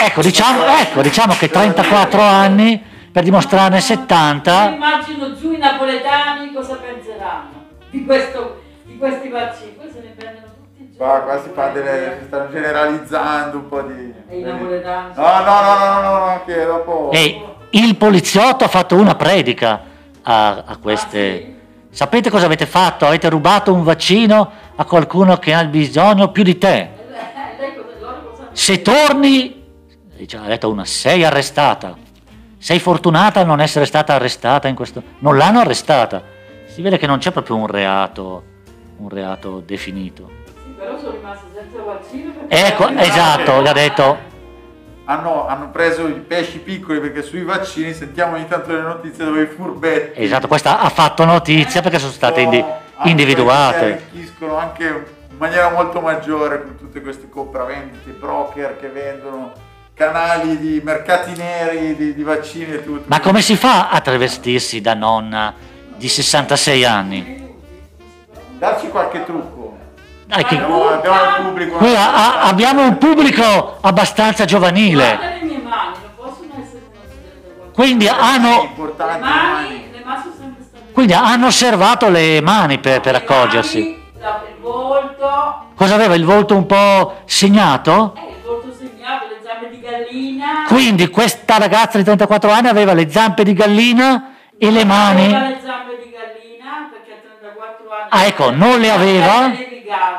Speaker 1: Ecco, diciamo, ecco, diciamo che 34 anni per dimostrarne 70.
Speaker 3: Immagino giù i napoletani cosa penseranno di, questo, di questi vaccini. Poi se ne prendono tutti Eh, i giorni.
Speaker 2: Qua, qua si fa delle, stanno generalizzando un po' di...
Speaker 3: E i napoletani.
Speaker 2: No, no, no, no, no, no, che dopo...
Speaker 1: E il poliziotto ha fatto una predica a, a queste... Sapete cosa avete fatto? Avete rubato un vaccino a qualcuno che ha bisogno più di te.
Speaker 3: E lei- eh, lei cosa- loro cosa-
Speaker 1: Se torni, dice- ha detto una, sei arrestata. Sei fortunata a non essere stata arrestata in questo... Non l'hanno arrestata. Si vede che non c'è proprio un reato, un reato definito.
Speaker 3: Sì, però sono rimasto senza vaccino. perché-
Speaker 1: Ecco, esatto, gli ha detto...
Speaker 2: Hanno, hanno preso i pesci piccoli perché sui vaccini sentiamo ogni tanto le notizie dove i furbetti...
Speaker 1: Esatto, questa ha fatto notizia perché sono state indi-
Speaker 2: hanno- Si
Speaker 1: individuate.
Speaker 2: arricchiscono anche in maniera molto maggiore con tutte queste compravendite, broker che vendono canali di mercati neri, di, di vaccini e tutto.
Speaker 1: Ma come si fa a travestirsi da nonna di 66 anni?
Speaker 2: Darci qualche trucco.
Speaker 1: Dai, che-
Speaker 2: Abbiamo, abbiamo il pubblico.
Speaker 1: qui a- a- abbiamo un pubblico abbastanza giovanile.
Speaker 3: Guarda le mie mani, non possono essere considerate vaccini.
Speaker 1: Quindi
Speaker 2: È
Speaker 1: hanno...
Speaker 3: Le
Speaker 2: importante.
Speaker 3: mani, le mani sono sempre state...
Speaker 1: Quindi hanno osservato le mani per, per
Speaker 3: Le
Speaker 1: accorgersi.
Speaker 3: mani, la- il volto,
Speaker 1: Cosa aveva il volto un po' segnato?
Speaker 3: eh, il volto segnato, le zampe di gallina.
Speaker 1: Quindi questa ragazza di 34 anni aveva le zampe di gallina e le
Speaker 3: Aveva
Speaker 1: mani
Speaker 3: le zampe di gallina perché a 34 anni...
Speaker 1: Ah, ecco, non le aveva.
Speaker 3: Le rigate,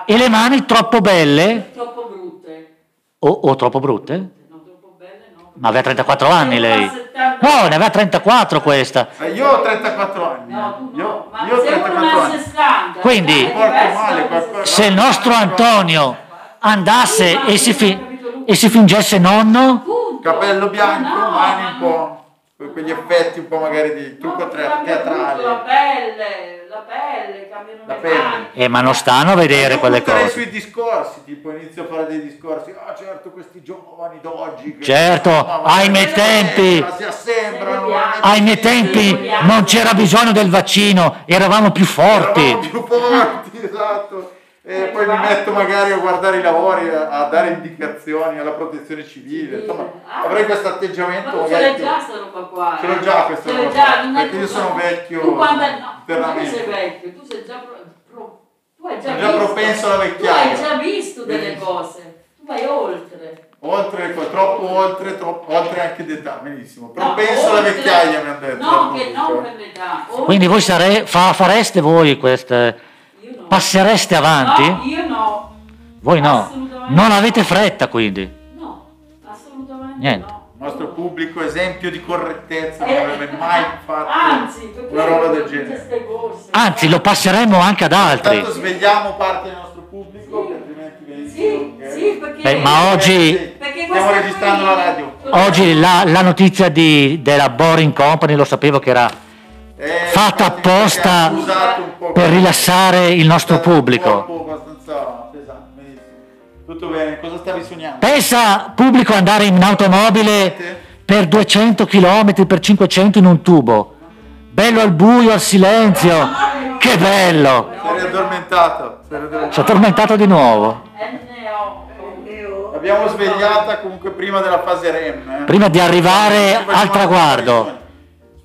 Speaker 1: e le mani troppo belle
Speaker 3: Troppo brutte.
Speaker 1: o, o troppo brutte?
Speaker 3: No, troppo belle no.
Speaker 1: Ma aveva 34 anni lei. No, ne aveva 34 questa.
Speaker 2: Ma Eh, io ho 34 anni.
Speaker 3: No, tu no.
Speaker 2: Io,
Speaker 3: ma
Speaker 2: io ho
Speaker 3: se uno
Speaker 2: 34
Speaker 3: non ha
Speaker 2: anni.
Speaker 3: 60...
Speaker 1: Quindi-
Speaker 3: è
Speaker 2: Porco
Speaker 3: diverso
Speaker 2: male,
Speaker 3: da
Speaker 2: qualcosa-
Speaker 3: 60.
Speaker 1: Se il nostro Antonio andasse e si, fi- e si fingesse nonno,
Speaker 3: Appunto.
Speaker 2: Capello bianco,
Speaker 3: Ma no,
Speaker 2: mani un
Speaker 3: ma no.
Speaker 2: po'. que- Quegli effetti un po' magari di trucco
Speaker 3: No,
Speaker 2: tre-
Speaker 3: cambia
Speaker 2: teatrale.
Speaker 3: tutto, La pelle, la pelle, cambiano
Speaker 2: La
Speaker 3: le
Speaker 2: pelle.
Speaker 3: maniche.
Speaker 1: eh, ma non stanno a vedere
Speaker 2: Io
Speaker 1: quelle
Speaker 2: punterei
Speaker 1: cose.
Speaker 2: sui discorsi, tipo inizio a fare dei discorsi, ah certo questi giovani d'oggi. Che...
Speaker 1: Certo,
Speaker 2: Ma- ma-
Speaker 1: ai miei
Speaker 2: ma-
Speaker 1: tempi.
Speaker 2: ma Si assembrano.
Speaker 1: Ai miei tempi non c'era bisogno del vaccino, eravamo più
Speaker 2: Eravamo
Speaker 1: forti.
Speaker 2: più forti, esatto. E poi mi metto magari a guardare i lavori, a, a dare indicazioni alla protezione civile. Insomma,
Speaker 3: Ah.
Speaker 2: avrei questo atteggiamento.
Speaker 3: Ma tu ce
Speaker 2: magari
Speaker 3: l'hai
Speaker 2: che-
Speaker 3: già sta roba qua.
Speaker 2: Ce
Speaker 3: eh?
Speaker 2: l'ho già questa
Speaker 3: Ce l'hai
Speaker 2: roba
Speaker 3: già,
Speaker 2: qua,
Speaker 3: non è
Speaker 2: perché
Speaker 3: che
Speaker 2: io
Speaker 3: tu-
Speaker 2: sono vecchio
Speaker 3: Tu quando no, tu non
Speaker 2: internamente.
Speaker 3: sei vecchio, tu sei già pro- pro- tu hai già,
Speaker 2: Sono già
Speaker 3: visto.
Speaker 2: propenso alla
Speaker 3: Tu hai
Speaker 2: vecchiaia.
Speaker 3: già visto delle
Speaker 2: Benissimo.
Speaker 3: cose. Tu vai oltre.
Speaker 2: Oltre, ecco, troppo oltre, troppo, oltre anche d'età, benissimo.
Speaker 3: No,
Speaker 2: Propenso alla
Speaker 3: oltre-
Speaker 2: vecchiaia, mi hanno detto.
Speaker 3: No, che non
Speaker 2: Comunque.
Speaker 3: per l'età. oltre.
Speaker 1: Quindi voi sare- fa- fareste voi queste...
Speaker 3: Io no.
Speaker 1: Passereste avanti?
Speaker 3: No, io no.
Speaker 1: Voi no.
Speaker 3: Assolutamente
Speaker 1: Non
Speaker 3: no.
Speaker 1: avete fretta quindi.
Speaker 3: No, assolutamente
Speaker 1: Niente.
Speaker 3: no.
Speaker 2: Il nostro pubblico esempio di correttezza
Speaker 3: Eh,
Speaker 2: non avrebbe mai fatto
Speaker 3: Anzi, perché
Speaker 2: una roba del
Speaker 3: tutte
Speaker 2: genere.
Speaker 3: ste borse?
Speaker 1: Anzi, lo passeremmo anche ad altri.
Speaker 2: Intanto svegliamo parte del nostro
Speaker 3: Sì,
Speaker 2: pubblico, che altrimenti venite.
Speaker 3: Sì, sì, perché...
Speaker 1: Beh, Eh, ma oggi...
Speaker 3: Perché
Speaker 2: Stiamo registrando la radio.
Speaker 1: Oggi la, la notizia di- della Boring Company lo sapevo che era
Speaker 2: Eh,
Speaker 1: Fatta
Speaker 2: infatti, perché
Speaker 1: apposta
Speaker 2: ha usato un po'
Speaker 1: per rilassare il nostro
Speaker 2: un po'
Speaker 1: pubblico.
Speaker 2: abbastanza pesante, benissimo. Tutto bene, cosa stavi sognando?
Speaker 1: Pensa pubblico andare in automobile per 200 km, per 500 in un tubo. Bello al buio, al silenzio. Che bello!
Speaker 2: Sei riaddormentato. sei riaddormentato.
Speaker 1: Ci ha tormentato di nuovo.
Speaker 3: NO.
Speaker 2: L'abbiamo svegliata comunque prima della fase REM. eh.
Speaker 1: Prima di arrivare
Speaker 2: Ci facciamo
Speaker 1: al traguardo.
Speaker 2: una trasmissione.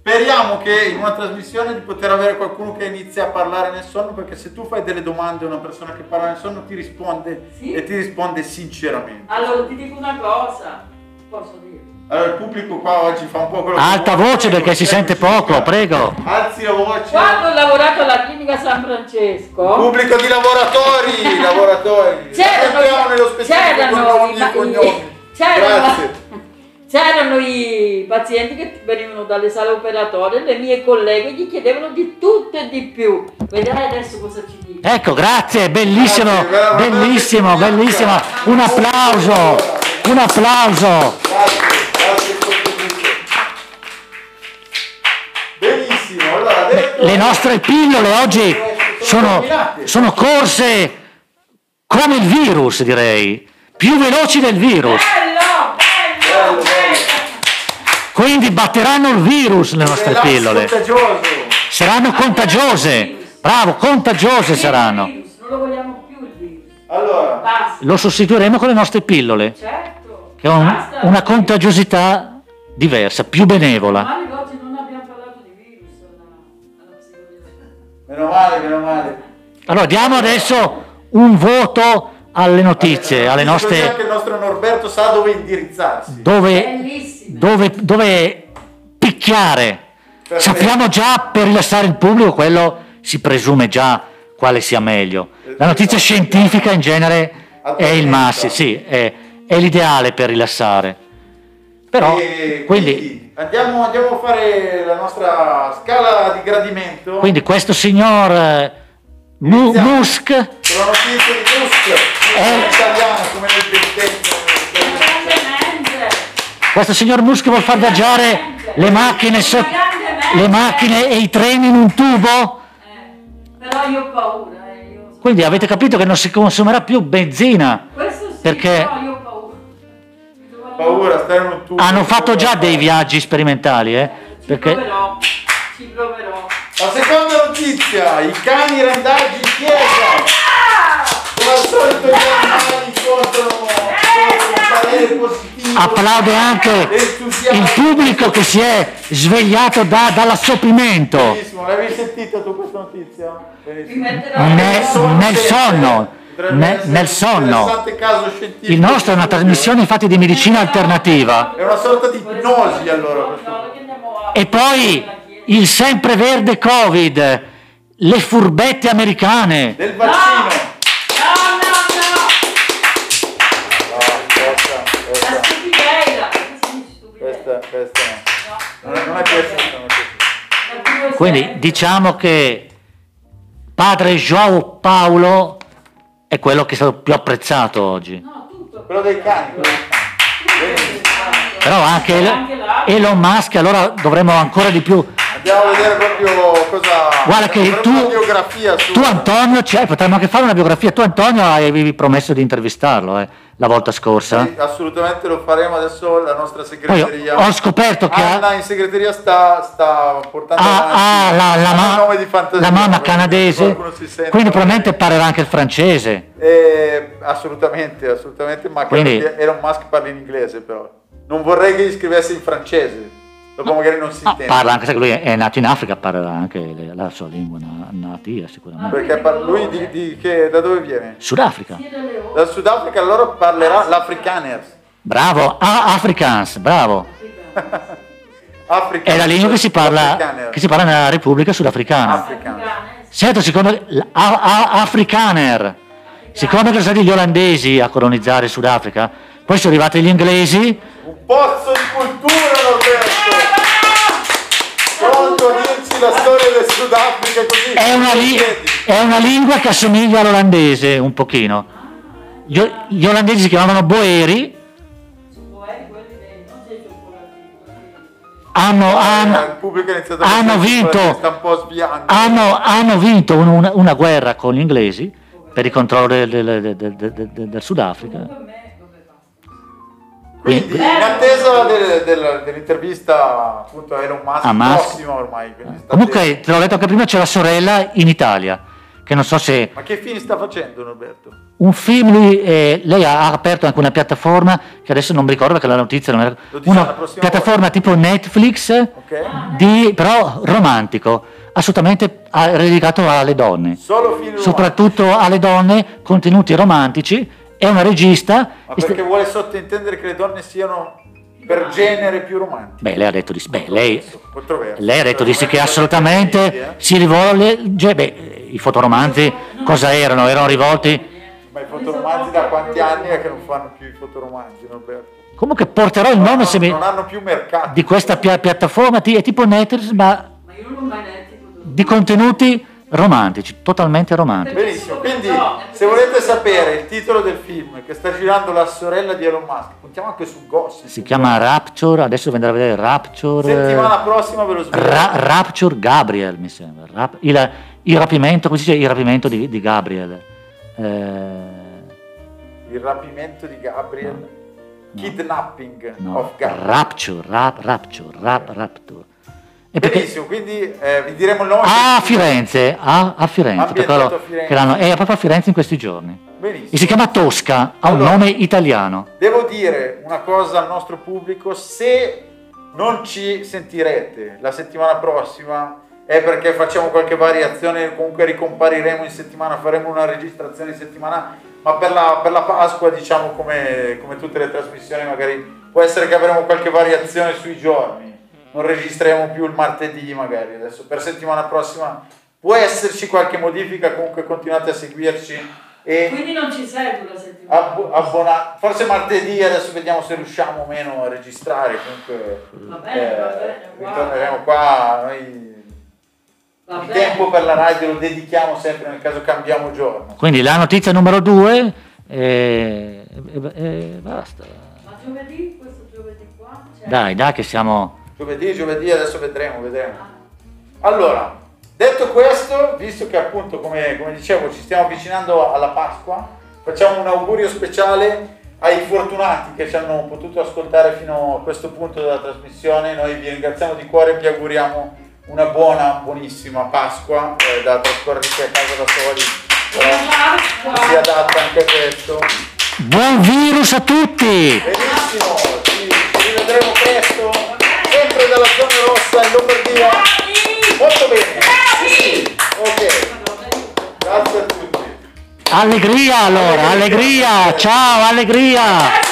Speaker 2: Speriamo che in una trasmissione di poter avere qualcuno che inizia a parlare nel sonno, perché se tu fai delle domande a una persona che parla nel sonno ti risponde
Speaker 3: Sì.
Speaker 2: e ti risponde sinceramente.
Speaker 3: Allora ti dico una cosa, posso dirlo?
Speaker 2: Allora il pubblico qua oggi fa un po' quello che
Speaker 1: Alta
Speaker 2: vuole,
Speaker 1: voce perché si sente poco, prego.
Speaker 2: Alzi la voce.
Speaker 3: Quando ho lavorato alla clinica San Francesco,
Speaker 2: Pubblico di lavoratori, lavoratori. Entriamo nello
Speaker 3: c'erano,
Speaker 2: specifico con nomi e
Speaker 3: c'erano,
Speaker 2: cognomi.
Speaker 3: i, c'erano,
Speaker 2: Grazie.
Speaker 3: c'erano i pazienti che venivano dalle sale operatorie, le mie colleghe gli chiedevano di tutto e di più. Vedrai adesso cosa ci dicono.
Speaker 1: Ecco, grazie, bellissimo,
Speaker 2: Grazie, veramente
Speaker 1: bellissimo,
Speaker 2: grazie.
Speaker 1: bellissimo. Un applauso, un applauso.
Speaker 2: Grazie, grazie per il contributo. Benissimo, allora adesso
Speaker 1: Le nostre pillole oggi sono, sono corse come il virus, direi, più veloci del virus.
Speaker 3: Bello, bello,
Speaker 2: Bello, bello.
Speaker 3: bello.
Speaker 1: Quindi batteranno il virus le nostre
Speaker 2: Relax
Speaker 1: pillole.
Speaker 2: contagioso.
Speaker 1: Saranno contagiose, bravo, contagiose
Speaker 3: Il
Speaker 1: saranno.
Speaker 3: virus, Non lo vogliamo più il virus.
Speaker 2: Allora,
Speaker 3: Basta.
Speaker 1: Lo sostituiremo con le nostre pillole,
Speaker 3: Certo.
Speaker 1: che hanno
Speaker 3: basta.
Speaker 1: una contagiosità diversa, più benevola.
Speaker 3: Male oggi non abbiamo parlato di virus alla, alla psicologia.
Speaker 2: meno male, meno male.
Speaker 1: Allora diamo adesso un voto alle notizie, alle
Speaker 2: Così anche
Speaker 1: nostre
Speaker 2: il nostro Norberto sa dove indirizzarsi.
Speaker 1: dove,
Speaker 3: Bellissime.
Speaker 1: dove, dove picchiare.
Speaker 2: Perfetto.
Speaker 1: Sappiamo già per rilassare il pubblico, quello si presume già quale sia meglio.
Speaker 2: Eh,
Speaker 1: La notizia scientifica in genere è il massimo, sì, è, è l'ideale per rilassare. Però,
Speaker 2: E
Speaker 1: quindi,
Speaker 2: andiamo, andiamo a fare la nostra scala di gradimento.
Speaker 1: quindi questo signor eh, Mu-
Speaker 2: Iniziamo.
Speaker 1: Musk
Speaker 2: Sulla notizia di Tusk,
Speaker 1: Eh.
Speaker 2: italiano come nel Ventennio.
Speaker 3: Grandemente.
Speaker 1: Questo signor Musk vuol far viaggiare le macchine, so- le macchine e i treni in un tubo?
Speaker 3: Eh, però io ho paura. eh, io-
Speaker 1: Quindi avete capito che non si consumerà più benzina.
Speaker 3: Questo sì,
Speaker 1: perché-
Speaker 3: però io ho paura. Mi trovavo-
Speaker 2: Paura, stare un tubo.
Speaker 1: Hanno fatto già dei viaggi sperimentali, eh?
Speaker 3: Ci
Speaker 1: Perché
Speaker 3: proverò. Ci proverò.
Speaker 2: La seconda notizia, i cani randaggi in chiesa. Come al solito gli animali incontrano incontrano un parere positivo.
Speaker 1: applaude anche
Speaker 2: Entusiasmo.
Speaker 1: il pubblico che si è svegliato da- dall'assopimento
Speaker 2: Benissimo, l'avevi sentita tu questa notizia?
Speaker 3: Mi
Speaker 2: Benissimo.
Speaker 3: metterò
Speaker 1: nel, nel
Speaker 2: Potente,
Speaker 1: sonno.
Speaker 2: potrebbe
Speaker 1: ne-
Speaker 2: essere un
Speaker 1: nel sonno.
Speaker 2: interessante caso scientifico.
Speaker 1: Il nostro è una trasmissione infatti di medicina alternativa.
Speaker 2: È una sorta di ipnosi, allora, questo.
Speaker 3: No, che andiamo a-
Speaker 1: E poi il sempreverde Covid, le furbette americane.
Speaker 2: Del
Speaker 3: No! No,
Speaker 2: vaccino.
Speaker 3: no,
Speaker 2: No, questa,
Speaker 3: no! La
Speaker 2: questa,
Speaker 3: stupidella! Questa è una
Speaker 2: questa,
Speaker 3: stupidella.
Speaker 2: questa no.
Speaker 3: No.
Speaker 2: Non è, non è piaciuta. non è piaciuta.
Speaker 3: L'articolo
Speaker 1: Quindi
Speaker 3: sette.
Speaker 1: diciamo che padre Joao Paolo è quello che è stato più apprezzato oggi.
Speaker 3: No, tutto.
Speaker 2: Quello dei cani. quello dei cani.
Speaker 1: Però anche
Speaker 3: Anche là.
Speaker 1: El- Elon Musk, allora dovremmo ancora di più.
Speaker 2: Andiamo a vedere proprio cosa.
Speaker 1: Guarda che
Speaker 2: dovremmo
Speaker 1: tu,
Speaker 2: Una biografia su.
Speaker 1: tu Antonio, ci hai- potremmo anche fare una biografia. Tu Antonio avevi promesso di intervistarlo eh, la volta scorsa.
Speaker 2: Sì, assolutamente lo faremo adesso la nostra
Speaker 1: Poi
Speaker 2: segreteria.
Speaker 1: ho scoperto che ha,
Speaker 2: Anna in segreteria sta, sta portando
Speaker 1: ha- ha
Speaker 2: avanti
Speaker 1: la, la
Speaker 2: un
Speaker 1: ma-
Speaker 2: nome di fantasia,
Speaker 1: la mamma
Speaker 2: perché
Speaker 1: canadese,
Speaker 2: qualcuno si sente-
Speaker 1: quindi probabilmente parlerà anche il francese.
Speaker 2: Eh, assolutamente, assolutamente, ma credo
Speaker 1: Quindi-
Speaker 2: che Elon Musk parli in inglese però. Non vorrei che gli scrivesse in francese, dopo magari non si
Speaker 1: No,
Speaker 2: intende.
Speaker 1: Ah, parla anche, sai che lui è è nato in Africa, parlerà anche le- la sua lingua na- natia sicuramente.
Speaker 2: Perché par- lui di, di che, da dove viene?
Speaker 1: Sudafrica.
Speaker 3: Siete le ore.
Speaker 2: Dal Sudafrica allora
Speaker 1: Ah,
Speaker 2: parlerà l'afrikaners.
Speaker 1: Bravo, ah, Afrikaans, bravo.
Speaker 2: Ah, Afrikaans.
Speaker 1: È la lingua che si parla,
Speaker 2: Afrikaners.
Speaker 1: che si parla nella Repubblica Sudafricana.
Speaker 3: eh,
Speaker 2: Afrikaans.
Speaker 1: Certo, siccome l- a- a- Afrikaner, siccome che sono stati gli olandesi a colonizzare il Sudafrica, poi sono arrivati gli inglesi,
Speaker 2: Un pozzo di cultura Roberto! Pronto a dirci la storia del Sudafrica così?
Speaker 1: è una, li- è una lingua che assomiglia all'olandese un pochino. Gli, o- gli olandesi si chiamavano boeri
Speaker 3: sei cioccolatino.
Speaker 1: Hanno, hanno-
Speaker 2: Eh, il pubblico ha iniziato pensare
Speaker 1: hanno
Speaker 2: che
Speaker 1: vinto-
Speaker 2: sta un po' sviando.
Speaker 1: hanno- hanno vinto un- una, una guerra con gli inglesi per il controllo del, del- del- del- del- del Sudafrica.
Speaker 3: Comunque a me dove va?
Speaker 2: Quindi, in
Speaker 1: Quindi-
Speaker 2: attesa del- del- dell'intervista appunto a Elon Musk,
Speaker 1: A Musk.
Speaker 2: prossima ormai. quindi state-
Speaker 1: Comunque, te l'ho detto che prima c'è la sorella in Italia, che non so se
Speaker 2: Ma che fini sta facendo Norberto?
Speaker 1: un film lui, eh, lei ha ha aperto anche una piattaforma che adesso non mi ricordo perché la notizia non era
Speaker 2: Lo diciamo
Speaker 1: una
Speaker 2: la prossima
Speaker 1: piattaforma tipo Netflix
Speaker 2: Ok?
Speaker 1: di, però romantico assolutamente a- dedicato alle donne
Speaker 2: Solo fino
Speaker 1: soprattutto alle donne contenuti romantici è una regista
Speaker 2: Ma
Speaker 1: ist-
Speaker 2: perché vuole sottintendere che le donne siano per genere più romantiche.
Speaker 1: beh lei ha detto di sì beh, lei,
Speaker 2: Controverso.
Speaker 1: lei ha detto di sì che assolutamente
Speaker 2: Eh,
Speaker 1: si rivolge cioè, beh, i fotoromanzi cosa erano erano rivolti
Speaker 2: Ma i fotoromanzi da quanti anni è che non fanno più i fotoromanzi, Norberto?
Speaker 1: comunque porterò il
Speaker 2: Non,
Speaker 1: nome se mi-
Speaker 2: non hanno più mercato.
Speaker 1: di questa pia- piattaforma ti- è tipo Netflix ma
Speaker 3: Ma io non l'ho mai letto.
Speaker 1: di contenuti romantici, totalmente romantici.
Speaker 2: Benissimo, quindi se volete sapere il titolo del film che sta girando la sorella di Elon Musk, puntiamo anche su Gossip.
Speaker 1: Si chiama Rapture, adesso vi andrò a vedere Rapture.
Speaker 2: Settimana prossima ve lo svelo.
Speaker 1: Ra- Rapture Gabriel, mi sembra. Rap- il, il rapimento, come si dice il rapimento di, di Gabriel? Eh,
Speaker 2: il rapimento di Gabriel. Kidnapping
Speaker 1: no,
Speaker 2: of Gabriel.
Speaker 1: Rapture, rap- Rapture, rap- Rapture. E perché?
Speaker 2: Benissimo, quindi eh, vi diremo il nome.
Speaker 1: Ah, A Firenze, a, a Firenze, per
Speaker 2: Ambientato
Speaker 1: quello
Speaker 2: a Firenze.
Speaker 1: che l'hanno- è proprio a Firenze in questi giorni. E
Speaker 2: Benissimo.
Speaker 1: si chiama Tosca, ha un
Speaker 2: Allora.
Speaker 1: nome italiano.
Speaker 2: Devo dire una cosa al nostro pubblico, se non ci sentirete la settimana prossima è perché facciamo qualche variazione, comunque ricompariremo in settimana, faremo una registrazione in settimana, ma per la, per la Pasqua diciamo come, come tutte le trasmissioni magari può essere che avremo qualche variazione sui giorni, non registreremo più il martedì magari, adesso per settimana prossima può esserci qualche modifica, comunque continuate a seguirci. E
Speaker 3: Quindi non ci sei tu la settimana.
Speaker 2: Abbo- abbona- forse martedì adesso vediamo se riusciamo o meno a registrare comunque eh,
Speaker 3: Va bene, va bene, guarda.
Speaker 2: ritorneremo qua noi
Speaker 3: Va
Speaker 2: il
Speaker 3: bene.
Speaker 2: tempo per la radio lo dedichiamo sempre nel caso cambiamo giorno
Speaker 1: Quindi la notizia numero due e, e- e basta.
Speaker 3: Ma giovedì, questo giovedì qua, c'è...
Speaker 1: Dai, dai che siamo...
Speaker 2: giovedì giovedì adesso vedremo vedremo allora detto questo visto che appunto come, come dicevo ci stiamo avvicinando alla Pasqua facciamo un augurio speciale ai fortunati che ci hanno potuto ascoltare fino a questo punto della trasmissione noi vi ringraziamo di cuore e vi auguriamo una buona buonissima Pasqua eh, da trascorrere qui a casa da soli
Speaker 3: Buona
Speaker 2: però
Speaker 3: Pasqua!
Speaker 2: si adatta anche a questo
Speaker 1: Buon virus a tutti!
Speaker 2: benissimo ci, ci rivedremo presto sempre dalla zona rossa in Lombardia molto bene
Speaker 3: Bravi!
Speaker 2: ok grazie a tutti
Speaker 1: Allegria allora, allegria! Ciao, allegria!